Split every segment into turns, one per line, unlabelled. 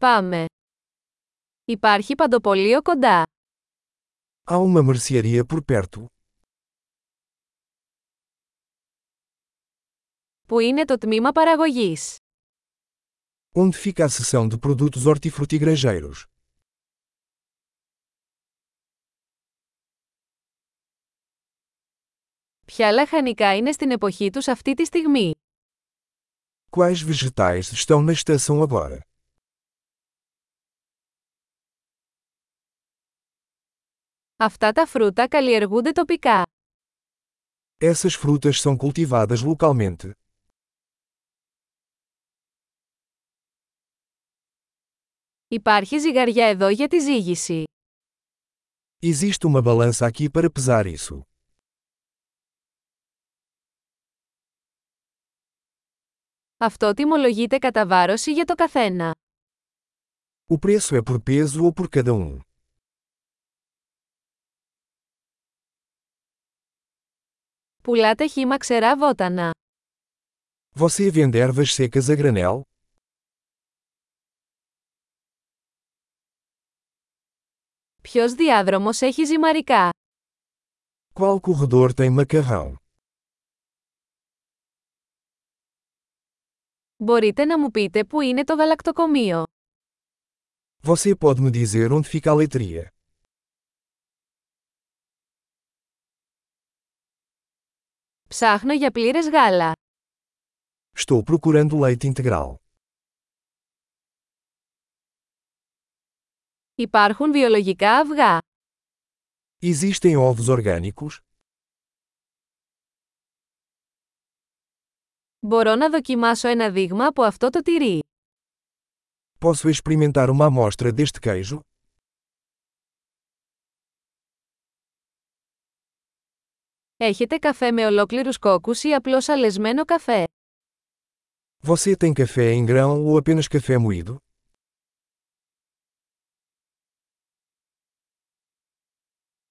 Πάμε. Υπάρχει παντοπολείο κοντά.
Há uma mercearia por perto.
Πού είναι το τμήμα παραγωγής.
Onde fica a seção de produtos hortifrutigranjeiros?
Ποια λαχανικά είναι στην εποχή τους αυτή τη στιγμή.
Quais vegetais estão na estação agora?
Αυτά τα φρούτα καλλιεργούνται τοπικά.
Essas frutas são cultivadas localmente.
Υπάρχει ζυγαριά εδώ για τη ζύγηση.
Existe uma balança aqui para pesar isso.
Αυτό τιμολογείται κατά βάρωση για το καθένα.
O preço é por peso ou por cada um.
Πουλάτε χύμα ξερά βότανα.
Você vende ervas secas a granel?
Ποιος διάδρομος έχει ζυμαρικά.
Qual corredor tem macarrão?
Μπορείτε να μου πείτε πού είναι το γαλακτοκομείο.
Você pode me dizer onde fica a leitria?
Ψάχνω για πλήρες γάλα.
Estou procurando leite integral.
Υπάρχουν βιολογικά αυγά.
Existem ovos orgânicos?
Μπορώ να δοκιμάσω ένα δείγμα από αυτό το τυρί.
Posso experimentar uma amostra deste queijo?
Έχετε καφέ με ολόκληρους κόκκους ή απλώς αλεσμένο καφέ.
Você tem café em grão ou apenas café moído?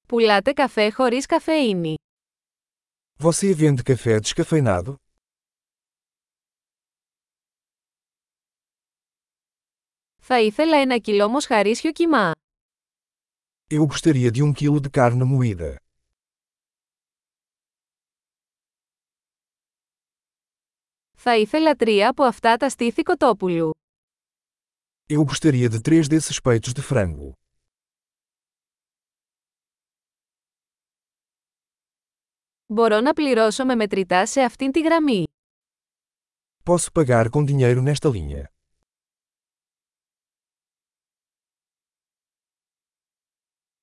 Πουλάτε καφέ χωρίς καφεΐνη.
Você vende café descafeinado?
Θα ήθελα ένα κιλό μοσχαρίσιο κιμά.
Eu gostaria de um quilo de carne moída.
Θα ήθελα τρία από αυτά τα στήθη κοτόπουλου.
Eu gostaria de três desses peitos de frango.
Μπορώ να πληρώσω με μετρητά σε αυτήν τη γραμμή.
Posso pagar com dinheiro nesta linha.